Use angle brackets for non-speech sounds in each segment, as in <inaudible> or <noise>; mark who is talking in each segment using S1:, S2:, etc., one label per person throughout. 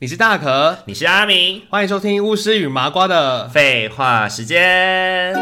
S1: 你是大可，
S2: 你是阿明，
S1: 欢迎收听巫师与麻瓜的。
S2: 废话时间。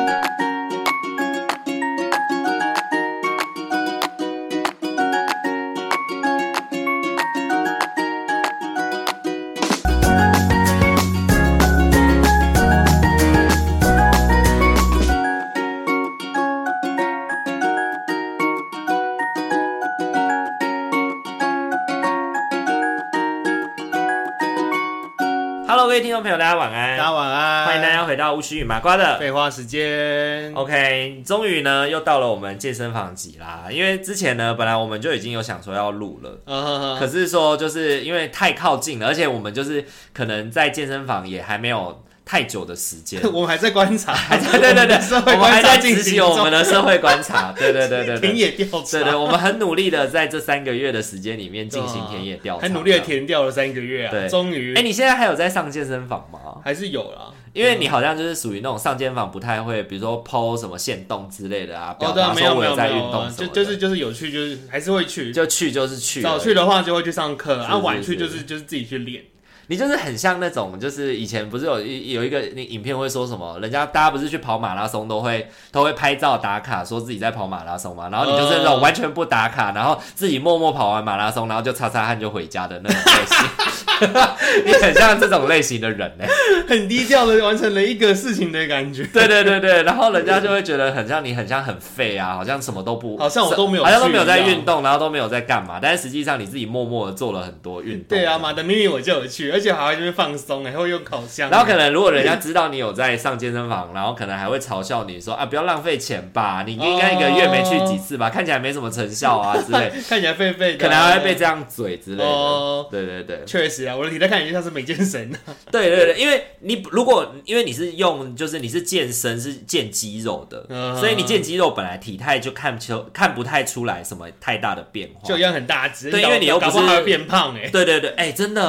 S2: Hello，各位听众朋友，大家晚
S1: 大
S2: 安，
S1: 家晚安，
S2: 欢迎大家哦回到巫师与麻瓜的
S1: 废话时间。
S2: OK，终于呢又到了我们健身房集啦。因为之前呢，本来我们就已经有想说要录了，
S1: 嗯哼哼。
S2: 可是说就是因为太靠近了，而且我们就是可能在健身房也还没有太久的时间
S1: <laughs> 我们还在观察，还
S2: 对对对对，
S1: 社会
S2: 我们
S1: 观
S2: 还
S1: 察
S2: 在
S1: 进
S2: 执
S1: 行
S2: 行
S1: 中，
S2: 我们的社会观察。对对对对
S1: 田
S2: 对。
S1: 野调
S2: 对对，
S1: 查，
S2: 我们很努力的在这三个月的时间里面进行田野调查，
S1: 啊很努力的填掉了三个月啊，
S2: 对
S1: 终
S2: 这
S1: 于
S2: 样。哎，你现在还有在上健身房吗？
S1: 还是有啦。
S2: 因为你
S1: 嗯
S2: 好像就是属于那种上健身房不太会，比如说 PO 什么限动之类的啊，
S1: 哦，
S2: 表
S1: 对啊，
S2: 达
S1: 没有
S2: 说我
S1: 没有
S2: 在
S1: 没
S2: 运
S1: 有
S2: 动
S1: 啊，
S2: 什
S1: 就
S2: 么
S1: 就
S2: 的
S1: 是就是有去，就是还是会去。
S2: 就去就是去了，
S1: 早去的话就会去上课，
S2: 是
S1: 啊，晚
S2: 是
S1: 去
S2: 是
S1: 就是就是自己去练。 <laughs>
S2: 你就是很像那种，就是以前不是有一有一个那影片会说什么，人家大家不是去跑马拉松都会都会拍照打卡，说自己在跑马拉松嘛，然后你就是
S1: 嗯
S2: 那种完全不打卡，然后自己默默跑完马拉松，然后就擦擦汗就回家的那种类型， <laughs> 你很像这种类型的人呢、
S1: 很低调的完成了一个事情的感
S2: <laughs>
S1: <laughs> 觉。
S2: 对对对对，然后人家就会觉得很像你，很像很废啊，好像什么都不，
S1: 好像我都没有
S2: 好像都
S1: 去
S2: 没有
S1: 一
S2: 在
S1: 样
S2: 运动，然后都没有在干嘛，但是实际上你自己默默的做了很多运动。
S1: 对啊，马的秘密我就有去，而且还会这边放松，还会用烤箱。
S2: 然后可能如果人家知道你有在上健身房，然后可能还会嘲笑你说啊，不要浪费钱吧，你应该一个月没去几次吧，看起来没什么成效啊
S1: <laughs>
S2: 之类，
S1: 看起来废废的
S2: 可
S1: 啊，
S2: 能还会被这样嘴之类的。
S1: 哦，
S2: 对对对，
S1: 确实啊，我的体态看起来就像是美健神啊。
S2: 对对对，因为你如果因为你是用就是你是健身是健肌肉的，
S1: 嗯
S2: <laughs> 所以你健肌肉本来体态就看不出看不太出来什么太大的变化
S1: 就。一样很大只，
S2: 对因为你又不
S1: 搞
S2: 是
S1: 不好还会变胖哎。
S2: 对对对，哎、真的
S1: 对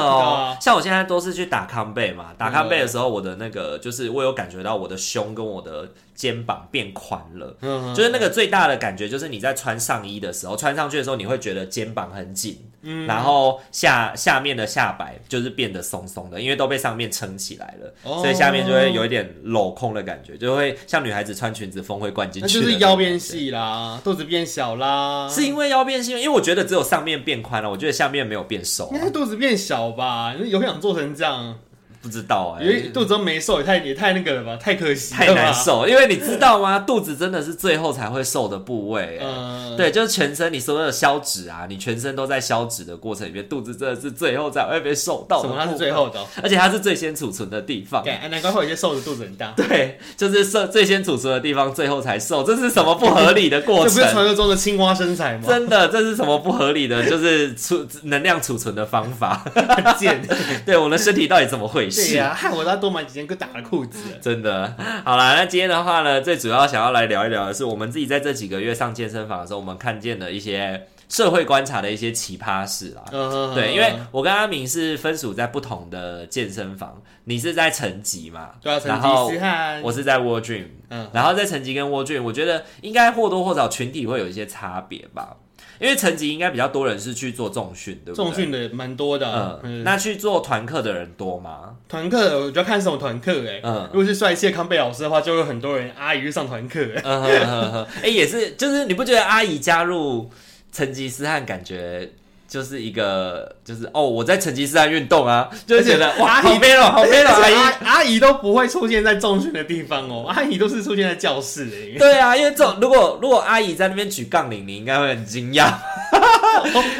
S1: 啊，
S2: 哦
S1: 嗯
S2: 像我现在都是去打康贝嘛，打康贝的时候，我的那个就是我有感觉到我的胸跟我的肩膀变宽了。
S1: 嗯，
S2: 就是那个最大的感觉，就是你在穿上衣的时候，穿上去的时候，你会觉得肩膀很紧，
S1: 嗯
S2: 然后下下面的下摆就是变得松松的，因为都被上面撑起来了，
S1: 哦
S2: 所以下面就会有一点镂空的感觉，就会像女孩子穿裙子风会灌进
S1: 那
S2: 去，
S1: 就是腰变。细啦，肚子变小啦，
S2: 是因为腰变细吗，因为我觉得只有上面变宽了，我觉得下面没有变瘦
S1: 应
S2: 啊、
S1: 该是肚子变小吧？你有想做成这样，
S2: 不知道哎、
S1: 因为肚子都没瘦，也太也太那个了吧，太可惜了吧
S2: 太
S1: <laughs>
S2: 难。受，因为你知道吗？肚子真的是最后才会瘦的部位、哎
S1: 嗯，
S2: 对，就是全身你所有的消脂啊，你全身都在消脂的过程里面，肚子真的是最后才会被瘦到
S1: 什
S2: 的
S1: 么？它是
S2: 部
S1: 最
S2: 分，
S1: 后的哦，
S2: 而且它是最先储存的地方。
S1: 干啊难怪会有些瘦的肚子很大，
S2: 对，就是瘦最先储存的地方，最后才瘦，这是什么不合理的
S1: 这
S2: 过
S1: 不是传
S2: 程？
S1: 说中的青蛙身材吗？
S2: 真的，这是什么不合理的？就是储能量储存的啊方
S1: <laughs>
S2: 法。
S1: 很贱。
S2: <laughs> 对，我们的身体到底怎么回
S1: 对
S2: 事？
S1: 呀、 <laughs> 害我要多买几件更大的裤子。
S2: <laughs> 真的，好啦，那今天的话呢，最主要想要来聊一聊的是，我们自己在这几个月上健身房的时候，我们看见的一些社会观察的一些奇葩事啦。
S1: 嗯
S2: 对，因为我跟阿明是分属在不同的健身房，你是在成吉嘛，
S1: 对啊，成
S2: 然后
S1: 吉思汗，
S2: 我是在 War Dream，
S1: 嗯，
S2: 然后在成吉跟 War Dream，我觉得应该或多或少群体会有一些差别吧，因为成吉应该比较多人是去做重训，对不对？
S1: 重，训的也蛮多的啊。
S2: 嗯，
S1: 嗯，
S2: 那去做团课的人多吗？
S1: 团课我就要看什么团课哎。
S2: 嗯
S1: 如。果是帅气的康贝老师的话，就有很多人阿姨去上团课哎。
S2: 嗯哼哼哼， <laughs> 哎、也是，就是你不觉得阿姨加入成吉思汗，感觉就是一个，就是哦，我在成吉思汗运动啊，就会觉得哇，
S1: 阿姨
S2: 好 m 了，好 m
S1: <laughs>
S2: 了，
S1: 而
S2: 阿
S1: 且
S2: 姨。
S1: 啊阿姨都不会出现在重训的地方哦， <laughs> 阿姨都是出现在教室哎。
S2: 对啊，因为这种如果如果阿姨在那边举杠铃，你应该会很惊讶。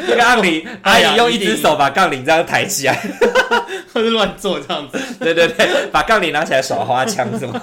S2: 那个杠铃，阿
S1: 哎呀
S2: 姨用一
S1: 一定
S2: 只手把杠铃这样抬起来，
S1: <laughs> 或者乱做这 <laughs> 样子，
S2: 对对对，把杠铃拿起来耍花枪什么，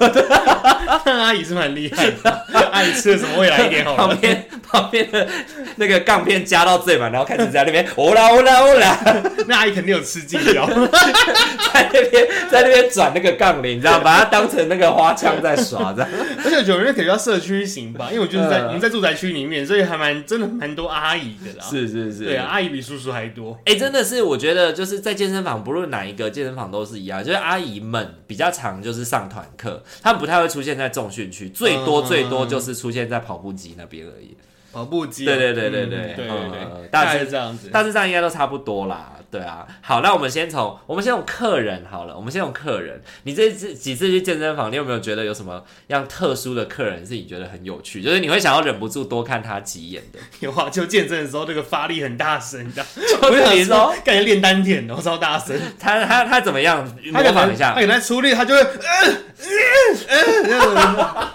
S1: 但阿姨是蛮厉害的。 <laughs> 阿姨吃了什么？未来一点好了
S2: 旁。边旁边的那个杠片加到最满，然后开始在那边哦啦哦啦哦啦，
S1: <laughs> 那阿姨肯定有吃进药。
S2: 在那边在那边转那个杠铃，你知道，把它当成那个花枪在耍，这样。
S1: <laughs> 而且九人可能要社区型吧，因为我就是在
S2: 嗯
S1: 我们在住宅区里面，所以还蛮真的蛮多阿姨的啦。
S2: <laughs> 是是是，
S1: 对啊，。阿姨比叔叔还多。
S2: 哎、真的是，我觉得就是在健身房，不论哪一个健身房都是一样，就是阿姨们比较常就是上团课，她们不太会出现在重训区，最多
S1: 嗯
S2: 最多就是出现在跑步机那边而已。
S1: 跑步机哦，
S2: 对对对对
S1: 嗯
S2: 对
S1: 对
S2: 嗯
S1: 对
S2: 嗯嗯
S1: 对，
S2: 大
S1: 大
S2: 致
S1: 概是这样子。
S2: 大致上应该都差不多啦，对啊。好，那我们先从我们先从客人好了，我们先从客人。你这次几次去健身房，你有没有觉得有什么样特殊的客人是你觉得很有趣，就是你会想要忍不住多看他几眼的？
S1: 有啊，就健
S2: <laughs>
S1: 身的时候，这个发力很大声，你知道？我
S2: 就是
S1: 想
S2: 你
S1: 说
S2: 说，
S1: 感觉练丹田，然哦后超大
S2: <laughs>
S1: 声。
S2: 他他他怎么样？模
S1: 可能
S2: 仿一下
S1: 他，可能在出力，他就会，呃呃呃，这样子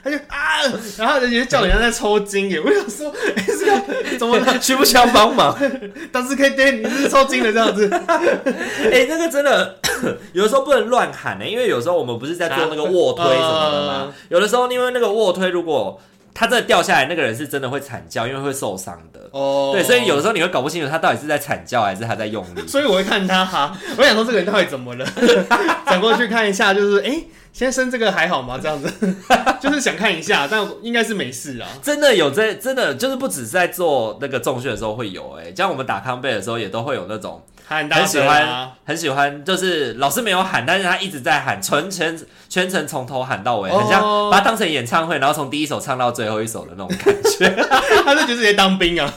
S1: 他就啊，然后也叫人家在抽筋耶。我想说，哎、这个怎么了？
S2: <laughs> 需不需要
S1: <laughs>
S2: 帮忙？
S1: 但是 K D 你是抽筋了这样子？
S2: 哎、那个真的 <coughs> 有的时候不能乱喊欸呢、因为有时候我们不是在做那个卧推什么的嘛，
S1: 啊
S2: 有的时候因为那个卧推如果他真的掉下来，那个人是真的会惨叫，因为会受伤的。
S1: 哦
S2: 对，所以有的时候你会搞不清楚他到底是在惨叫还是他在用力。
S1: 所以我会看他哈，我想说这个人到底怎么了， <laughs> 转过去看一下，就是哎、先生这个还好吗？这样子， <laughs> 就是想看一下，但应该是没事啊。
S2: 真的有这真的就是不只是在做那个重训的时候会有哎、像我们打康贝的时候也都会有那种
S1: 他很大
S2: 很喜
S1: 声
S2: 欢
S1: 啊，
S2: 很喜欢，就是老师没有喊，但是他一直在喊，全全全程从头喊到尾，
S1: 哦
S2: 很像把它当成演唱会，然后从第一首唱到最后一首的那种感觉。 <laughs>
S1: <laughs> 他就觉得直接当兵啊。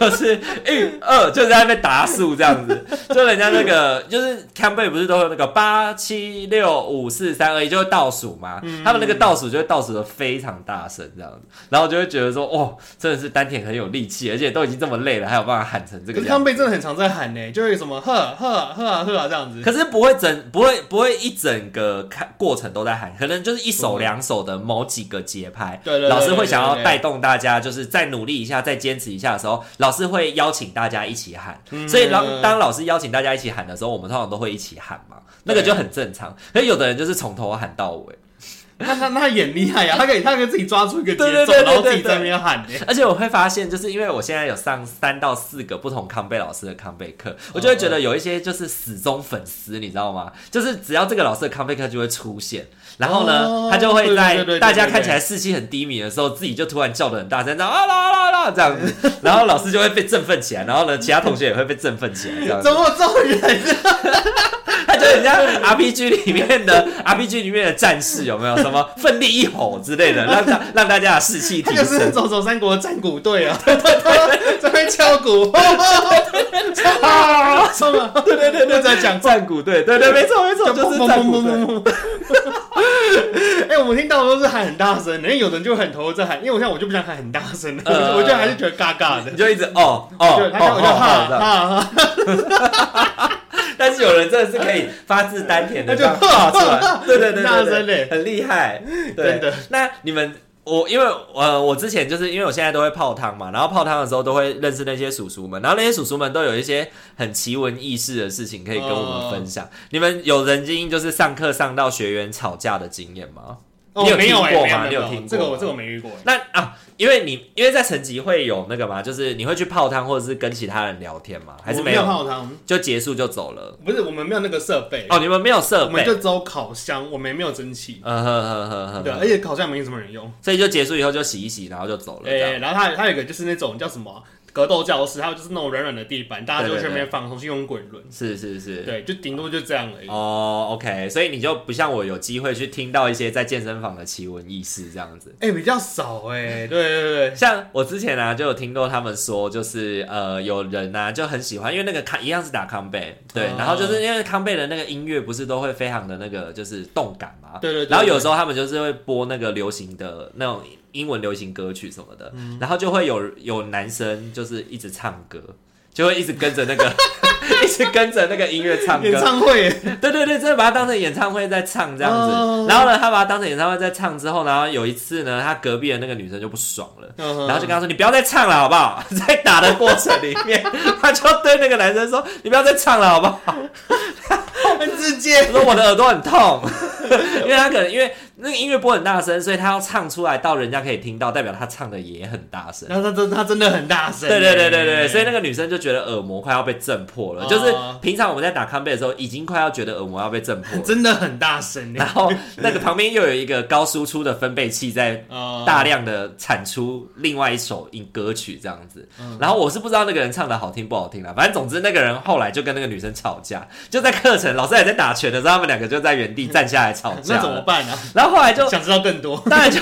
S2: 就是一二，就是在被打数这样子。就人家那个，就是康贝不是都有那个八七六五四三二一，就是倒数嘛。
S1: 嗯
S2: 他们那个倒数就会倒数的非常大声这样子，然后就会觉得说，哦，真的是丹田很有力气，而且都已经这么累了，还有办法喊 <laughs> 成这
S1: 可
S2: 个
S1: 是
S2: 样
S1: 康
S2: 子。
S1: 贝真的很常在喊呢、就会什么呵呵呵呵啊这样子。
S2: 可是不会整，不会不会一整个看过程都在喊，可能就是一首两首的某几个节拍。
S1: 对对对
S2: 老师会想要
S1: 对对对
S2: 带动大家，就是再努力一下，再坚持一下的时候，老师会邀请大家一起喊。
S1: 嗯
S2: 所以当当老师邀请大家一起喊的时候，我们通常都会一起喊嘛，那个就很正常。可是有的人就是从头喊到尾，
S1: 那他那他演厉害呀、啊他可以他可以自己抓出一个节奏，
S2: 对对对对
S1: 然后自
S2: 对
S1: 己
S2: 对
S1: 在那边喊呢、
S2: 而且我会发现，就是因为我现在有上三到四个不同康贝老师的康贝课，我就会觉得有一些就是死忠粉丝，你知道吗？就是只要这个老师的康贝课就会出现，然后呢，
S1: 哦
S2: 他就会
S1: 对对对对
S2: 在
S1: 对
S2: 大家看起来士气很低迷的时候，自己就突然叫的很大声，这样啊啦啦啦这样子，然后老师就会被振奋起来，然后呢，其他同学也会被振奋起来，这样子
S1: 怎。么这种人？
S2: 他就很像 RPG 里面的 RPG 里面的战士有没有什么奋力一吼之类的，让大让大家的士气
S1: 他
S2: 提
S1: 就是
S2: 升。
S1: 走走三国的战鼓队啊，这边敲鼓，冲啊冲啊！对对对对，在讲
S2: 战鼓队，对对，没错没错，就是战鼓队。
S1: 鼓。哎，我们听到的都是喊很大声的，因为有的人就很投入在喊，因为我像我就不想喊很大声的，我
S2: 呃
S1: 就我就还是觉得尬尬的
S2: 你。就一直哦哦哦
S1: 就他看
S2: 哦
S1: 我就
S2: 哦
S1: 哈
S2: 这样，
S1: 哈哈，
S2: 但是有人真的是可以发自丹田的
S1: 那就
S2: 这样发出来，对对对
S1: 大
S2: 对
S1: 声
S2: 对
S1: 嘞
S2: 对，很厉害，对
S1: 真的。
S2: 那你们，我因为呃，我之前就是因为我现在都会泡汤嘛，然后泡汤的时候都会认识那些叔叔们，然后那些叔叔们都有一些很奇闻异事的事情可以跟我
S1: 哦
S2: 们分享。你们有人经就是上课上到学员吵架的经验吗？
S1: 哦
S2: 你有
S1: 没有
S2: 听
S1: 哎，
S2: 过
S1: 没有
S2: 吗
S1: 没
S2: 你有
S1: 有
S2: 听过
S1: 这个我
S2: 吗
S1: 这个我没遇过哎。
S2: 那啊，因为你因为在成绩会有那个嘛，就是你会去泡汤或者是跟其他人聊天吗？还是
S1: 我没
S2: 有？
S1: 泡汤，
S2: 就结束就走了？
S1: 不是我们没有那个设备，
S2: 哦，你们没有设
S1: 我们
S2: 备
S1: 就，只有烤箱，我们也没有蒸汽，
S2: 嗯哼哼哼哼，
S1: 对，啊哎而且烤箱没什么人用。
S2: 所以就结束以后就洗一洗，然后就走了。这样
S1: 哎，然后它它有一个就是那种叫什么啊格斗教室，还有就是那种软软的地板，大家就去那边放，重新用滚轮。
S2: 是是是，
S1: 对，就顶多就这样而已。
S2: 哦，OK，所以你就不像我有机会去听到一些在健身房的奇闻异事这样子。
S1: 哎，比较少
S2: 哦
S1: 哎，对对对，
S2: 像我之前啊，就有听过他们说，就是呃，有人啊就很喜欢，因为那个康一样是打康贝，对，
S1: 哦
S2: 然后就是因为康贝的那个音乐不是都会非常的那个就是动感嘛，
S1: 对对对
S2: 然后有时候他们就是会播那个流行的那种英文流行歌曲什么的，
S1: 嗯
S2: 然后就会有有男生就是一直唱歌，就会一直跟着那个 <laughs> 一直跟着那个音乐唱歌，
S1: 演唱会
S2: 对对对，真的把它当成演唱会在唱这样子。
S1: 哦
S2: 然后呢，他把它当成演唱会在唱之后，然后有一次呢，他隔壁的那个女生就不爽了。
S1: 嗯哼
S2: <laughs> 然后就跟他说：“你不要再唱了，好不好？” <laughs> 在打的过程里面，他就对那个男生说：“你不要再唱了，好不好
S1: <laughs> 很直？”接，
S2: 我说：“我的耳朵很痛， <laughs> 因为他可能因为那个音乐播很大声，所以他要唱出来到人家可以听到，代表他唱的也很大声。”
S1: 然后他真他真的很大声，哎
S2: 对对对对对，所以
S1: 呢，
S2: 那个女生就觉得耳膜快要被震破了，
S1: 嗯哦
S2: 就是平常我们在打康贝的时候，已经快要觉得耳膜要被震
S1: <laughs>
S2: 破了。
S1: 真的很大声
S2: 然
S1: 哎，
S2: 后那个旁边又有一个高输出的分贝器在
S1: 啊
S2: 大量的产出另外一首音歌曲这样子
S1: 嗯，
S2: 然后我是不知道那个人唱的好听不好听啦，反正总之那个人后来就跟那个女生吵架，就在课程老师还在打拳的时候，他们两个就在原地站下来吵
S1: <laughs>
S2: 架
S1: 那怎么
S2: 了，
S1: 办啊？
S2: 然后后来就
S1: 想知道更多，
S2: 当然就。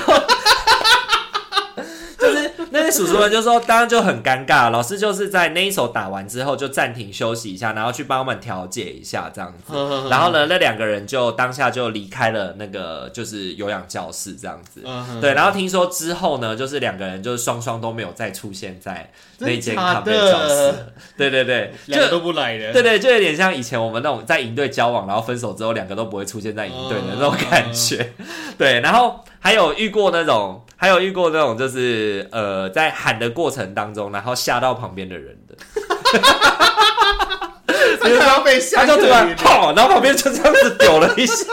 S2: 就是那叔叔们就说，当然就很尴尬。老师就是在那一手打完之后就暂停休息一下，然后去帮我们调解一下这样子。 <laughs>
S1: 嗯
S2: 然后呢，那两个人就当下就离开了那个就是有氧教室这样子。
S1: 嗯，
S2: 对，然后听说之后呢，就是两个人就是双双都没有再出现在那
S1: 真
S2: 间
S1: 假
S2: 咖啡
S1: 的
S2: 教室了。对对对，就
S1: 两个都不来的，
S2: 对对，就有点像以前我们那种在营队交往，然后分手之后两个都不会出现在营队
S1: 哦
S2: 的那种感觉。对，然后还有遇过那种，还有遇过那种就是呃，在喊的过程当中，然后吓到旁边的人的，
S1: 这个要被吓
S2: 他就突
S1: 可
S2: 然
S1: 怜
S2: 砰，然后旁边就这样子丢了一下。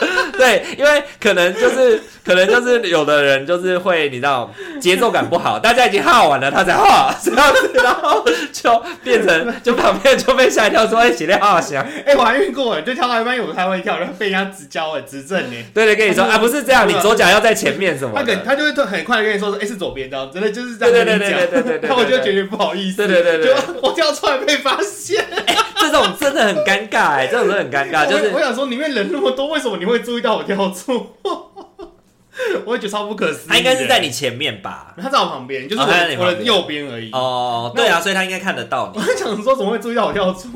S2: <laughs> 对，因为可能就是可能就是有的人就是会你知道节奏感不好，大家已经哈完了，他才哈这样子，然后就变成就旁边就被吓一跳说哎，起来哈响。
S1: 哎、我还遇过，就跳到一半，有开会跳，然后被人家指教哎，指正呢。
S2: 对对，跟你说
S1: 他
S2: 啊，不是这样，你
S1: 对啊
S2: 左脚要在前面什么
S1: 他
S2: 的
S1: 可他就会特很快的跟你说，哎、是左边这样，真的就是这样跟你讲。
S2: 对对对对对对对对
S1: 那我就觉得不好意思。
S2: 对对对对对
S1: 就我跳出来被发现，
S2: 这种真的很尴尬哎、这种真的很尴尬，就
S1: 我我
S2: 是
S1: 想说里面人那么多，为什么你会注意到我跳错？我也觉得超不可思议的。
S2: 他应该是在你前面吧？
S1: 他在我旁边，就是
S2: 哦
S1: 我,、
S2: 他在你
S1: 我
S2: 旁边
S1: 的右边而已。
S2: 哦，对啊，所以他应该看得到
S1: 我
S2: 你，
S1: 在想说，怎么会注意到我跳错？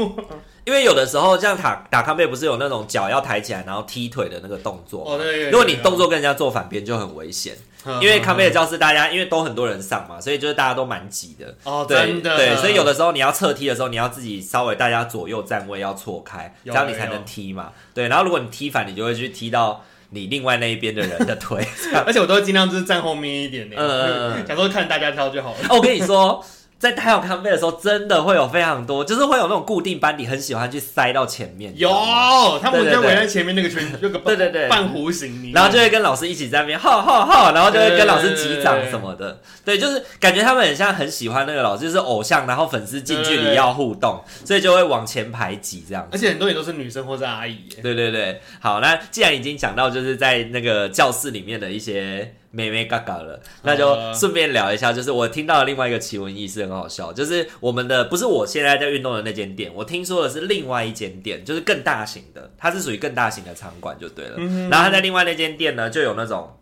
S2: 因为有的时候像打打康贝不是有那种脚要抬起来然后踢腿的那个动作吗
S1: 哦对对对嗯
S2: 如果你动作跟人家做反边就很危险，因为康贝的教室大家因为都很多人上嘛，所以就是大家都蛮挤的。
S1: 哦，
S2: 对
S1: 真的
S2: 对，所以有的时候你要侧踢的时候，你要自己稍微大家左右站位要错开，这
S1: 有
S2: 样你
S1: 有
S2: 才能
S1: 有
S2: 踢嘛。对，然后如果你踢反，你就会去踢到你另外那一边的人
S1: <laughs>
S2: 的腿。
S1: 而且我都会尽量就是站后面一点的，
S2: 嗯嗯嗯
S1: 想说看大家跳就好了。
S2: 哦，我跟你说，在台有康菲的时候，真的会有非常多，就是会有那种固定班底很喜欢去塞到前面，你知
S1: 有
S2: 道吗，
S1: 他们
S2: 对对
S1: 就
S2: 对
S1: 围在前面那个圈，那个
S2: 对对对
S1: 半弧形里面，
S2: 然后就会跟老师一起在那边吼吼吼，然后就会跟老师击掌什么的。对，就是感觉他们很像很喜欢那个老师，就是偶像，然后粉丝近距离要互动，所以就会往前排挤这样
S1: 而且很多也都是女生或是阿姨耶，
S2: 对对对，好，那既然已经讲到就是在那个教室里面的一些妹妹嘎嘎了，那就顺便聊一下，就是我听到的另外一个奇闻异事很好笑，就是我们的不是我现在在运动的那间店，我听说的是另外一间店，就是更大型的，它是属于更大型的场馆就对了。然后它在另外那间店呢，就有那种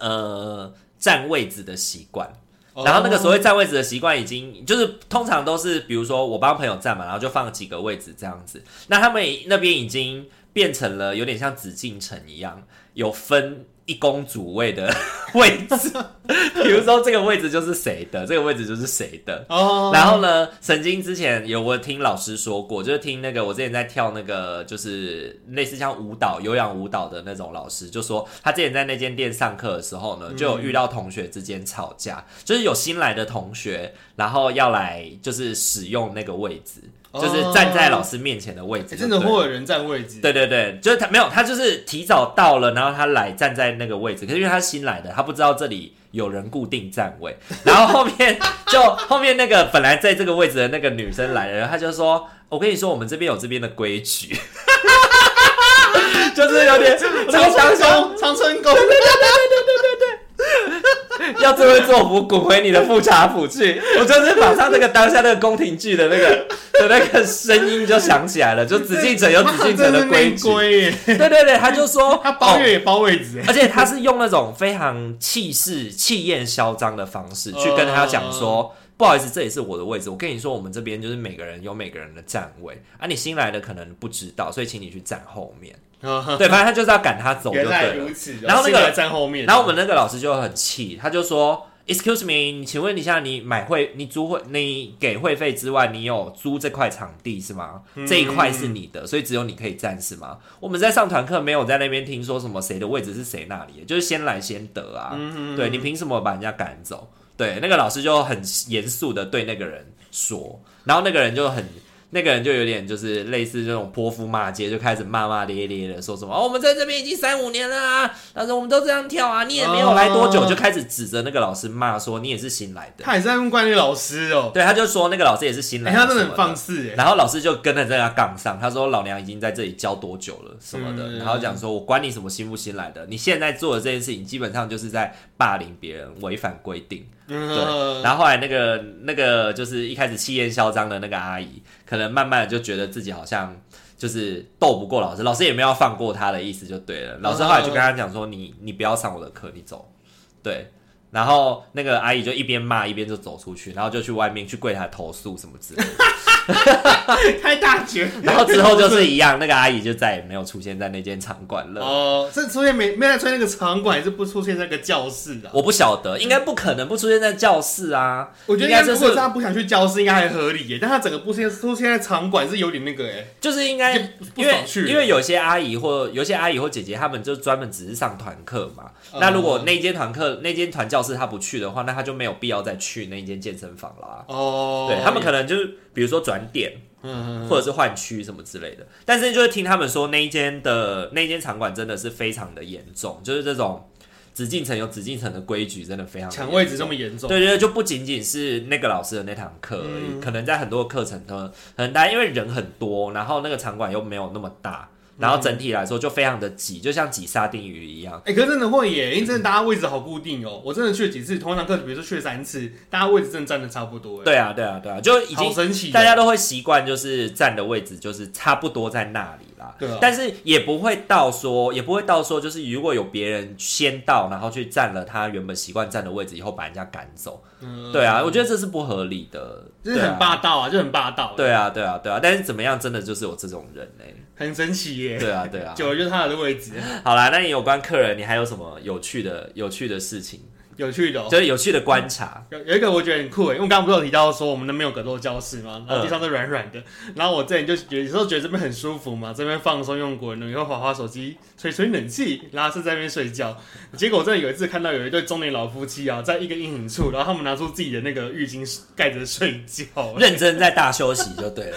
S2: 呃占位置的习惯。
S1: 哦
S2: 然后那个所
S1: 候
S2: 谓占位置的习惯，已经就是通常都是，比如说我帮朋友占嘛，然后就放几个位置这样子。那他们那边已经变成了有点像紫禁城一样，有分一公主位的 <laughs> 位置，比如说这个位置就是谁的，这个位置就是谁的。
S1: 哦，
S2: 然后呢，曾经之前有我听老师说过，就是听那个我之前在跳那个就是类似像舞蹈有氧舞蹈的那种老师，就说他之前在那间店上课的时候
S1: 嗯
S2: 呢，就有遇到同学之间吵架，就是有新来的同学，然后要来就是使用那个位置，
S1: 哦
S2: 就是站在老师面前的位置
S1: 诶
S2: 就对
S1: 真
S2: 了，
S1: 的会有人占位置，
S2: 对对对，就是他没有，他就是提早到了，然后他来站在那个位置，可是因为他是新来的，他不知道这里有人固定站位，
S1: <laughs>
S2: 然后后面 <laughs> 就后面那个本来在这个位置的那个女生来了，她就说：“我跟你说，我们这边有这边的规矩。” <laughs> 就是有点超
S1: 长
S2: 强
S1: 春
S2: 凶，
S1: 宫，长春宫，
S2: 要这位做福滚回你的富察府去。我就是马上那个当下那个宫廷剧的那个 <laughs> 的那个声音就响起
S1: <laughs>
S2: 来了，就紫禁城有紫禁城的规矩
S1: 他。们真的是内规耶，
S2: 对对对，他就说
S1: 他包
S2: 哦
S1: 月也包位置耶，
S2: <laughs> 而且他是用那种非常气势、气焰嚣张的方式去跟他讲说。
S1: 嗯
S2: 不好意思，这也是我的位置。我跟你说，我们这边就是每个人有每个人的站位啊。你新来的可能不知道，所以请你去站后面。对，反正他就是要赶他哦走就
S1: <laughs> 原来
S2: 对了
S1: 如。此，
S2: 然后那个
S1: 新来站后面，
S2: 然后我们那个老师就很气，他就说：“Excuse me，你请问一下，你买会你租会你给会费之外，你有租这块场地是吗？这一块是你的，所以只有你可以站是吗？我们在上团课没有在那边听说什么谁的位置是谁那里，就是先来先得啊。
S1: 嗯
S2: 对你凭什么把人家赶走？对，那个老师就很严肃的对那个人说，然后那个人就很。”那个人就有点就是类似这种泼妇骂街，就开始骂骂咧咧的，说什么哦，我们在这边已经三五年了啊，但是我们都这样跳啊，你也没有来多久，
S1: 哦
S2: 就开始指着那个老师骂说你也是新来的，
S1: 他也是在问管理老师哦，
S2: 对，他就说那个老师也是啊新来
S1: 哎，
S2: 的，
S1: 他真的
S2: 什么
S1: 很放肆哎，
S2: 然后老师就跟着在他杠上，他说老娘已经在这里教多久了什么的，
S1: 嗯
S2: 然后讲说我管你什么新不新来的，你现在做的这件事情基本上就是在霸凌别人，违反规定。对，
S1: 嗯，
S2: 然后后来那个那个就是一开始气焰嚣张的那个阿姨，可能慢慢的就觉得自己好像就是斗不过老师，老师也没有要
S1: 嗯
S2: 放过她的意思就对了。老师后来就跟她讲说：“你你不要上我的课，你走。”对，然后那个阿姨就一边骂一边就走出去，然后就去外面去柜台投诉什么之类的。
S1: <laughs> 开大绝。
S2: <laughs> 然后之后就是一样，那个阿姨就再也没有出现在那间场馆了。
S1: 哦，这出现没没在穿那个场馆，也是不出现在那个教室的。啊
S2: 我不晓得，应该不可能不出现在教室啊。
S1: 我觉得
S2: 应该
S1: 应该
S2: 就
S1: 如果是
S2: 是
S1: 他不想去教室，应该还合理耶。但他整个不现出现在场馆是有点那个哎，
S2: 就是应该
S1: 就不不
S2: 因为
S1: 爽去了
S2: 因为有些阿姨或有些阿姨或姐姐，她们就专门只是上团课嘛。
S1: 嗯
S2: 那如果那间团课那间团教室她不去的话，那她就没有必要再去那间健身房啦。
S1: 哦，
S2: 对他们可能就是比如说转点
S1: 嗯，
S2: 或者是换区什么之类的，但是就是听他们说那一间的那一间场馆真的是非常的严重，就是这种紫禁城有紫禁城的规矩，真的非常的
S1: 抢
S2: 严
S1: 位置这
S2: 重
S1: 么严重，嗯
S2: 对对，对就不仅仅是那个老师的那堂课而已，可能在很多课程呢，可能大家因为人很多，然后那个场馆又没有那么大，
S1: 嗯
S2: 然后整体来说就非常的挤，就像挤沙丁鱼一样。
S1: 哎、可是真的会耶，因为真的大家位置好固定哦。我真的去了几次，同一堂课，比如说去了三次，大家位置真的站的差不多哎，
S2: 对啊，对啊，对啊，就已
S1: 好
S2: 经
S1: 神奇哦。
S2: 大家都会习惯，就是站的位置就是差不多在那里啦。
S1: 对啊
S2: 但是也不会到说，也不会到说，就是如果有别人先到，然后去占了他原本习惯占的位置，以后把人家赶走。
S1: 嗯，
S2: 对啊，我觉得这是不合理的，
S1: 就是很霸道啊，就很霸道，，
S2: 对啊。对啊，对啊，对啊。但是怎么样，真的就是有这种人呢、
S1: <laughs> 很神奇耶。
S2: 对啊，对啊。
S1: 久了就是他的位置，
S2: <laughs> 好啦，那你有关客人，你还有什么有趣的、有趣的事情？
S1: 有趣的、哦。
S2: 就是有趣的观察。
S1: 有有一个我觉得很酷欸诶，因为我刚刚不是有提到说我们那边有格斗教室嘛，然后
S2: 嗯
S1: 地上都软软的，然后我之前就觉得有时候觉得这边很舒服嘛，这边放松用滚轮，以后滑滑手机，吹吹冷气，然后是在那边睡觉。结果我真的有一次看到有一对中年老夫妻啊，在一个阴影处，然后他们拿出自己的那个浴巾盖着睡觉。 <laughs>
S2: 认真在大休息就对了，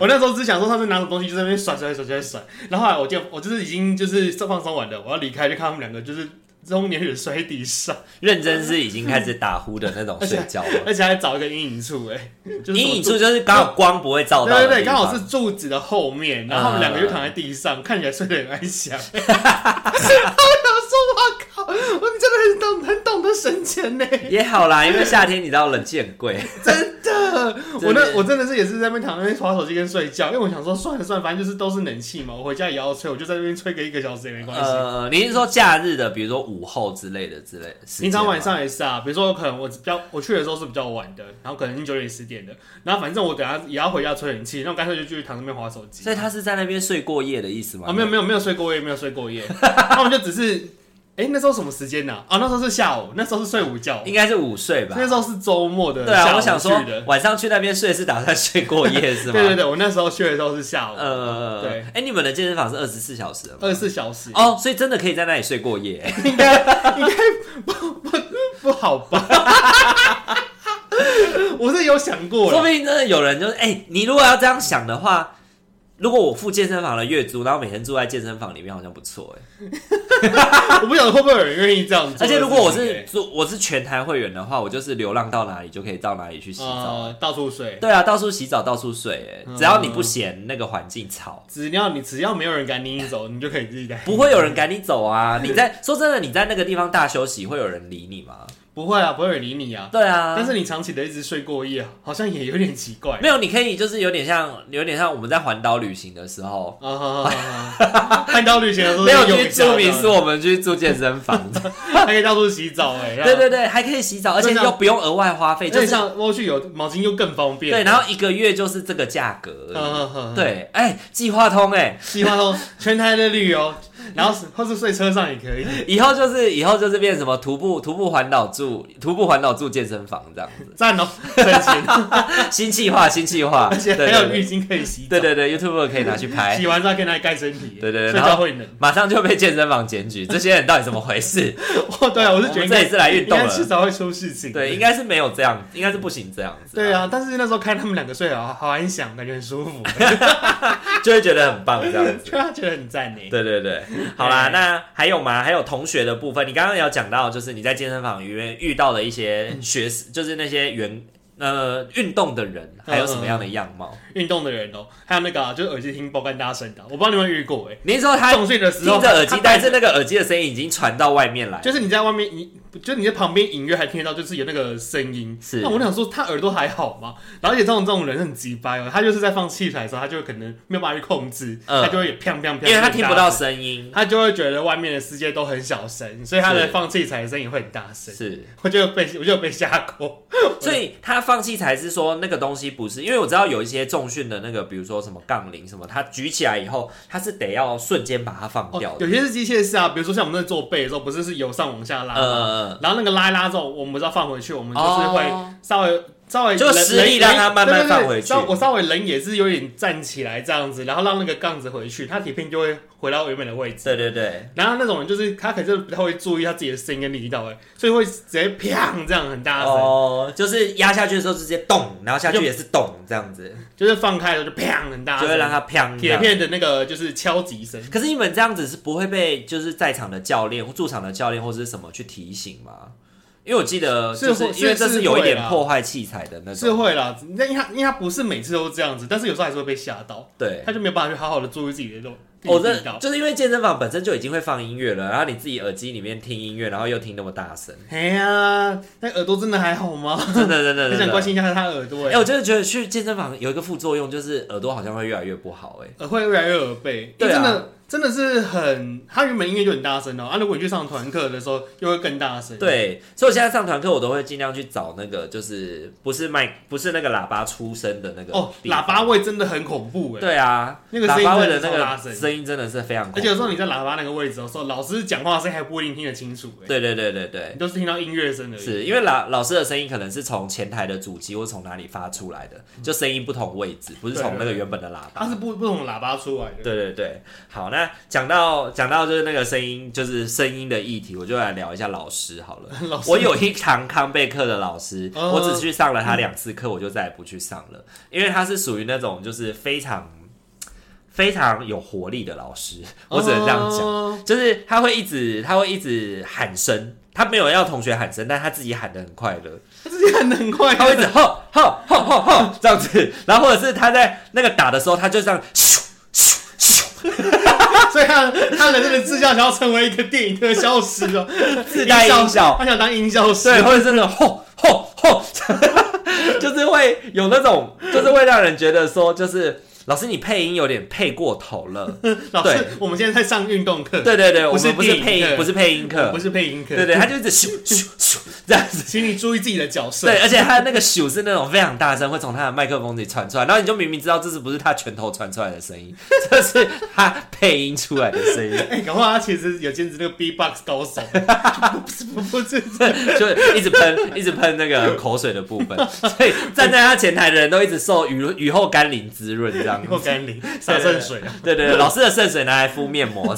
S1: 我那时候只想说他们拿什么东西就在那边甩甩甩甩甩，然后后来我就我就是已经就是放松完了，我要离开就看他们两个就是中年人摔地上，
S2: 认真是已经开始打呼的那种
S1: <laughs>
S2: 睡觉了。
S1: 而且还找一个阴影处诶，欸就是
S2: 阴影处就是刚好光不会照到
S1: 对
S2: 的地方，
S1: 对对，刚好是柱子的后面，然后他们两个就躺在地上，看起来睡得很安
S2: <laughs>
S1: 详。我想说，我靠，我们真的很懂很懂得省钱
S2: <laughs>
S1: 呢。
S2: <laughs> 也好啦，因为夏天你知道冷气很
S1: <laughs>
S2: 贵，
S1: 我那我真的是也是在那边躺在那边划手机跟睡觉，因为我想说算了算了，反正就是都是冷气嘛，我回家也要吹，我就在那边吹个一个小时也没关系。
S2: 呃，你是说假日的，比如说午后之类的之类的时间吗，
S1: 平常晚上也是啊，比如说可能我比较我去的时候是比较晚的，然后可能九点十点的，然后反正我等下也要回家吹冷气，那我干脆就继续躺那边划手机。
S2: 所以他是在那边睡过夜的意思吗？
S1: 啊，没有没有没有睡过夜，没有睡过夜， <laughs> 他们就只是，哎、那时候什么时间呢、啊？那时候是下午，那时候是睡午觉，
S2: 应该是午睡吧
S1: 那？时候是周末的
S2: 对啊，
S1: 下午
S2: 我想说
S1: 去的，
S2: 晚上去那边睡是打算睡过
S1: <laughs>
S2: 夜是
S1: 对
S2: 吗？
S1: 对对，我那时候去的时候是下午，
S2: 呃，
S1: 对，
S2: 哎，你们的健身房是二十四小时的吗？
S1: 二十四小时，
S2: 哦，所以真的可以在那里睡过夜，
S1: 不好吧？ <laughs> 我是有想 <laughs> 过
S2: 说
S1: 啦，
S2: 不定真的有人就是，哎、你如果要这样想的话，如果我付健身房的月租，然后每天住在健身房里面，好像不错
S1: 啊
S2: 哎、
S1: 我不晓得会不会有人愿意这样做的事
S2: 而
S1: 情
S2: 且
S1: 欸。
S2: 如果我是住我是全台会员的话，我就是流浪到哪里就可以到哪里去洗澡。
S1: 呃到处睡，
S2: 对啊，到处洗澡，到处睡、
S1: 嗯
S2: 哎，只要你不嫌那个环境吵，
S1: 只要你只要没有人赶你走，你就可以自己带。
S2: 不会有人赶你走啊。你在 <laughs> 说真的，你在那个地方大休息，会有人理你吗？
S1: 不会啊，不会有人理你啊。
S2: 对啊，
S1: 但是你长期的一直睡过夜，好像也有点奇怪。
S2: 没有，你可以就是有点像，有点像我们在环岛旅行的时候，
S1: 啊好好好好，看到旅行的时候
S2: 没有
S1: 有
S2: 去住民宿，我们去住健身房。
S1: <laughs> 还可以到处洗澡哎、
S2: 对，对对，还可以洗澡，而且又不用额外花费，
S1: 而
S2: 就
S1: 且
S2: 是
S1: 像我去有毛巾又更方便。
S2: 对，然后一个月就是这个价格而已。
S1: 嗯嗯，嗯，
S2: 对，哎，计划通哎，
S1: 计划通全台的旅游，然后是或是睡车上也可以。
S2: 以后就是以后就是变什么徒步徒步环岛住徒步环岛住健身房这样
S1: <laughs>
S2: 子，
S1: 赞哦，省钱，
S2: 新计划新计划，
S1: 而且
S2: 对
S1: 还有
S2: 对
S1: 浴巾可以洗澡
S2: 对，对对，YouTube 可以拿去拍。
S1: <laughs> 洗完之后可以拿来盖身体，
S2: 对对对
S1: 睡
S2: 然
S1: 觉
S2: 后
S1: 会冷。
S2: 马上就被健身房检举，这些人到底怎么回事？
S1: 哦，对啊，我是觉得
S2: 我们这里是来运动的
S1: 应该迟早会出事情。
S2: 对，应该是没有这样，应该是不行这样子。
S1: 对，啊，但是那时候看他们两个睡好好安详，感觉很舒服，
S2: 就会觉得很棒这样
S1: <laughs>
S2: 子。
S1: 对啊，觉得很赞呢。
S2: 对对对，好啦，
S1: 对
S2: 那还有吗？还有同学的部分，你刚刚有讲到，就是你在健身房里面遇到的一些学，
S1: 嗯
S2: 就是那些员呃运动的人，还有什么样的样貌？
S1: 运动的人哦，还有那个啊就是耳机听爆肝大声的，我不知道你们有没有遇过哎。
S2: 你是说他
S1: 重训的时候，
S2: 听着耳机，
S1: 他戴
S2: 但是那个耳机的声音已经传到外面来，
S1: 就是你在外面，你就你在旁边隐约还听得到，就是有那个声音。
S2: 是
S1: 那我想说他耳朵还好吗？然后而且这种这种人很鸡掰哦，他就是在放器材的时候，他就可能没有办法去控制，
S2: 嗯
S1: 他就会也砰砰砰，
S2: 因为他听不
S1: 很大
S2: 到
S1: 声，
S2: 声音，
S1: 他就会觉得外面的世界都很小声，所以他的
S2: 是
S1: 放器材的声音会很大声。
S2: 是，
S1: 我就被我就被吓过，
S2: 所以他放弃才是说那个东西不是，因为我知道有一些重训的那个，比如说什么杠铃什么，它举起来以后，它是得要瞬间把它放掉
S1: 哦、
S2: 的，
S1: 有些是机械式啊，比如说像我们在做背的时候，不是是由上往下拉吗？
S2: 呃，
S1: 然后那个拉一拉之后，我们不是要放回去，我们就是会
S2: 哦
S1: 稍微稍微
S2: 就
S1: 人
S2: 实力
S1: 人
S2: 让它慢慢
S1: 对对对
S2: 放回去
S1: 稍我稍微人也是有点站起来这样子，然后让那个杠子回去，它铁片就会回到原本的位置。
S2: 对对对，
S1: 然后那种人就是他可能就不太会注意他自己的声音跟力道，哎，所以会直接砰这样很大声，
S2: 哦，就是压下去的时候直接动，然后下去
S1: 就
S2: 也是动这样子，
S1: 就是放开了就砰很大
S2: 就会让
S1: 声，
S2: 它砰
S1: 铁。片的那个就是敲击声。
S2: 可是你们这样子是不会被就是在场的教练或驻场的教练或者是什么去提醒吗？因为我记得
S1: 是
S2: 就是
S1: 会
S2: 因为这
S1: 是
S2: 是有一
S1: 会
S2: 点
S1: 啦
S2: 破坏器材的那
S1: 是
S2: 种，
S1: 会啦，那因为他因为他不是每次都这样子，但是有时候还是会被吓到，
S2: 对，
S1: 他就没有办法去好好的注意自己的肉。
S2: 我
S1: 自己
S2: 这
S1: 的力道
S2: 就是因为健身房本身就已经会放音乐了，然后你自己耳机里面听音乐，然后又听那么大
S1: <laughs>
S2: 声，
S1: 哎呀，那耳朵真的还好吗？
S2: 真的真的
S1: 很
S2: 真
S1: 想关
S2: 的。
S1: 心一下他耳朵、
S2: 哎、
S1: 哎、
S2: 我真的觉得去健身房有一个副作用，就是耳朵好像会越来越不好、哎，
S1: 耳会越来越耳背，因
S2: 对
S1: 为真
S2: 啊
S1: 的真的是很，他原本音乐就很大声哦、啊，如果你去上团课的时候，又会更大声。，
S2: 对，所以我现在上团课我都会尽量去找那个，就是不是麦，不是那个喇叭出声的那个
S1: 哦，
S2: 地方
S1: 喇叭。位真的很恐怖哎、
S2: 对啊，
S1: 那个声
S2: 喇
S1: 音
S2: 叭位
S1: 真的
S2: 的
S1: 是
S2: 那
S1: 超大
S2: 个
S1: 声
S2: 声音真的是非常恐怖，
S1: 而且有时候你在喇叭那个位置的时候，老师讲话的声音还不一定听得清楚哎、
S2: 对对对对对，
S1: 你都是听到音乐声而已。
S2: 是因为老老师的声音可能是从前台的主机或从哪里发出来的，就声音不同位置，不是
S1: 对
S2: 从那个
S1: 对
S2: 原本的喇叭。
S1: 它是不不同的喇叭出来的。
S2: 对对对，好，那讲到讲到就是那个声音，就是声音的议题，我就来聊一下老师好了。
S1: <laughs> 老师
S2: 我有一堂康贝课的老师，
S1: 嗯
S2: 我只去上了他两次课，我就再也不去上了，因为他是属于那种就是非常非常有活力的老师，我只能这样讲，
S1: 哦
S2: 就是他会一直他会一直喊声。他没有要同学喊声，但他自己喊的很快乐，
S1: 他自己喊的很快，
S2: 他会一直吼吼吼吼吼这样子，然后或者是他在那个打的时候，他就这样咻咻咻
S1: 所以他他人生的志向想要成为一个电影的消失哦，
S2: 自带音效
S1: 他想当音效师，
S2: 对，或者是那种吼吼吼， <laughs> 就是会有那种，就是会让人觉得说，就是老师你配音有点配过头了。
S1: 老师
S2: 对，
S1: 我们现在在上运动课，
S2: 对对对，我
S1: 不是
S2: 们不是配
S1: 电影
S2: 音，
S1: 课
S2: 不是配音课
S1: 不，是配音课，
S2: 对对，，他就一直咻咻咻这样子。
S1: 请你注意自己的角色，
S2: 对，而且他那个咻是那种非常大声，会从他的麦克风里传出来，然后你就明明知道这是不是他拳头传出来的声音， <laughs> 这是他配音出来的声音，
S1: 哎，搞不好他其实有兼职那个 B-box 高手，不是不是，
S2: 就一直喷，一直喷那个口水的部分，所以站在他前台的人都一直受雨雨后甘霖滋润，这样
S1: 以后甘霖洒圣水啊，
S2: 对对对，老师的圣水拿来敷
S1: <laughs>
S2: 面膜，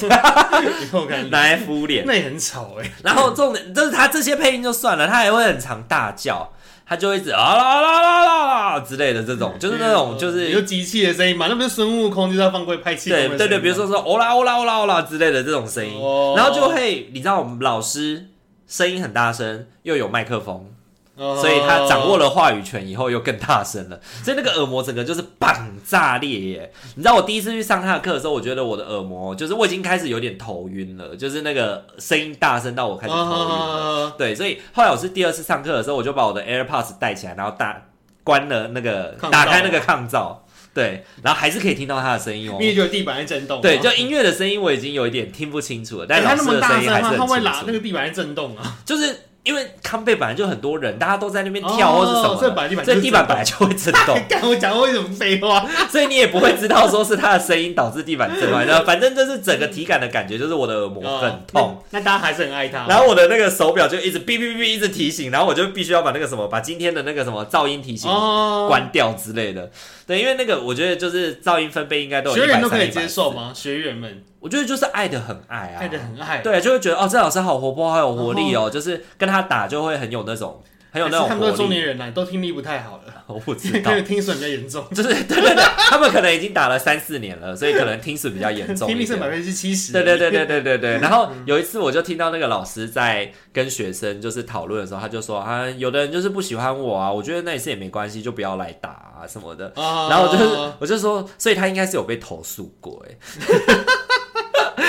S1: 以后甘霖，
S2: <laughs> 拿来敷脸。
S1: 那也很吵哎，
S2: 然后重点就是他这些配音就算了，他还会很常大叫，他就会一直啊啦啦啦啦啦之类的这种，就是那种就
S1: 嗯有
S2: 是。
S1: 机器的声音嘛，那不是孙悟空就是要放过拍气功的
S2: 对
S1: 声音吗
S2: 对对，比如说说哦啦哦啦哦啦哦啦之类的这种声音
S1: 哦，
S2: 然后就会你知道我们老师声音很大声，又有麦克风，
S1: 哦
S2: 所以他掌握了话语权以后又更大声了，所以那个耳膜整个就是绑炸裂耶！你知道我第一次去上他的课的时候，我觉得我的耳膜就是我已经开始有点头晕了，就是那个声音大声到我开始头晕了。
S1: 哦
S2: 对，所以后来我是第二次上课的时候，我就把我的 AirPods 带起来，然后大关了那个
S1: 抗噪
S2: 打开那个抗噪，对，然后还是可以听到他的声音哦
S1: 你。也觉得地板在震动吗，
S2: 对，就音乐的声音我已经有一点听不清楚了，但
S1: 哎
S2: 老
S1: 他那
S2: 师
S1: 么
S2: 的
S1: 大
S2: 声
S1: 声
S2: 音
S1: 的
S2: 还是
S1: 话，
S2: 很
S1: 他
S2: 清楚
S1: 会。拉那个地板在震动啊，
S2: 就是因为康贝本来就很多人，大家都在那边跳或是什么
S1: 哦所以
S2: 的，
S1: 本来地板
S2: 所以
S1: 就是
S2: 地
S1: 震
S2: 板
S1: 动，
S2: 本来就会震动
S1: <laughs> 干我讲过一种废话，
S2: 所以你也不会知道说是他的声音导致地板震
S1: <laughs>
S2: 动。那反正就是整个体感的感觉，就是我的耳膜很痛。
S1: 哦，那那大家还是很爱他，
S2: 然后我的那个手表就一直哔哔哔一直提醒，然后我就必须要把那个什么，把今天的那个什么噪音提醒
S1: 哦，
S2: 关掉之类的。对，因为那个我觉得就是噪音分贝应该都有
S1: 学
S2: 一
S1: 员
S2: 百
S1: 都
S2: 三
S1: 可以接受？吗？学员们
S2: 140我觉得就是爱的很爱啊，
S1: 爱的很爱，，
S2: 对，就会觉得哦，这老师好活泼，好有活力哦，就是跟他打就会很有那种很有那种
S1: 他们都是
S2: 活
S1: 中
S2: 力。
S1: 年人啦，都听力不太好了，
S2: <laughs> 我不 <laughs> 知道
S1: 因，为 <laughs> 听损比较严重，
S2: 就是对对对，他们可能已经打了三四年了，所以可能听损比较严重一
S1: 听力
S2: 点。
S1: 剩百分之七十，
S2: 对对对对对对对。然后
S1: 嗯
S2: 有一次我就听到那个老师在跟学生就是讨论的时候，他就说啊，有的人就是不喜欢我啊，我觉得那一次也没关系，就不要来打啊什么的。
S1: 啊， <laughs>
S2: 然后我就是我就说，所以他应该是有被投诉过哎。欸 <laughs>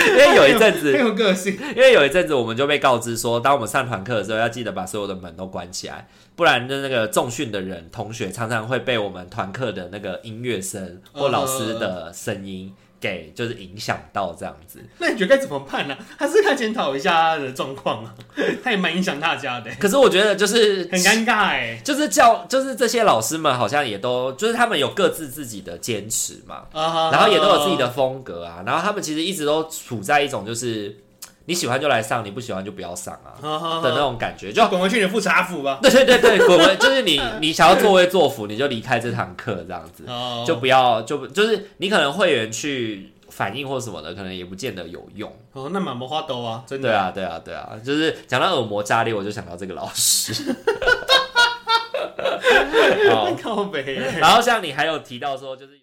S2: 因为有一阵子
S1: 很，有个性，
S2: <laughs> 因为有一阵子我们就被告知说，当我们上团课的时候，要记得把所有的门都关起来，不然的那个重训的人同学常常会被我们团课的那个音乐声或老师的声音给就是影响到这样子。
S1: 那你觉得该怎么办呢、还是该检讨一下他的状况啊？ <laughs> 他也蛮影响大家的、
S2: 可是我觉得就是
S1: 很尴尬哎、
S2: 就是教就是这些老师们好像也都就是他们有各自自己的坚持嘛，
S1: 啊
S2: 然后也都有自己的风格啊，然后他们其实一直都处在一种就是你喜欢就来上，你不喜欢就不要上啊的那
S1: 的，
S2: 种感觉，就
S1: 哦滚回去你的复查服吧。
S2: <laughs> 对对对对，滚回就是
S1: <laughs>
S2: 你
S1: 嗯
S2: 你想要作威作福，你就离开这堂课这样子，
S1: 哦
S2: 就不要就不就是你可能会员去反应或什么的，可能也不见得有用。
S1: 哦，那满门花兜啊，真
S2: 对
S1: 的。
S2: 啊对啊对啊，就是讲到耳膜炸裂，我就想到这个老
S1: <laughs>
S2: 师。好
S1: 靠北欸、
S2: 哦
S1: <laughs>
S2: 然后像你还有提到说，就是。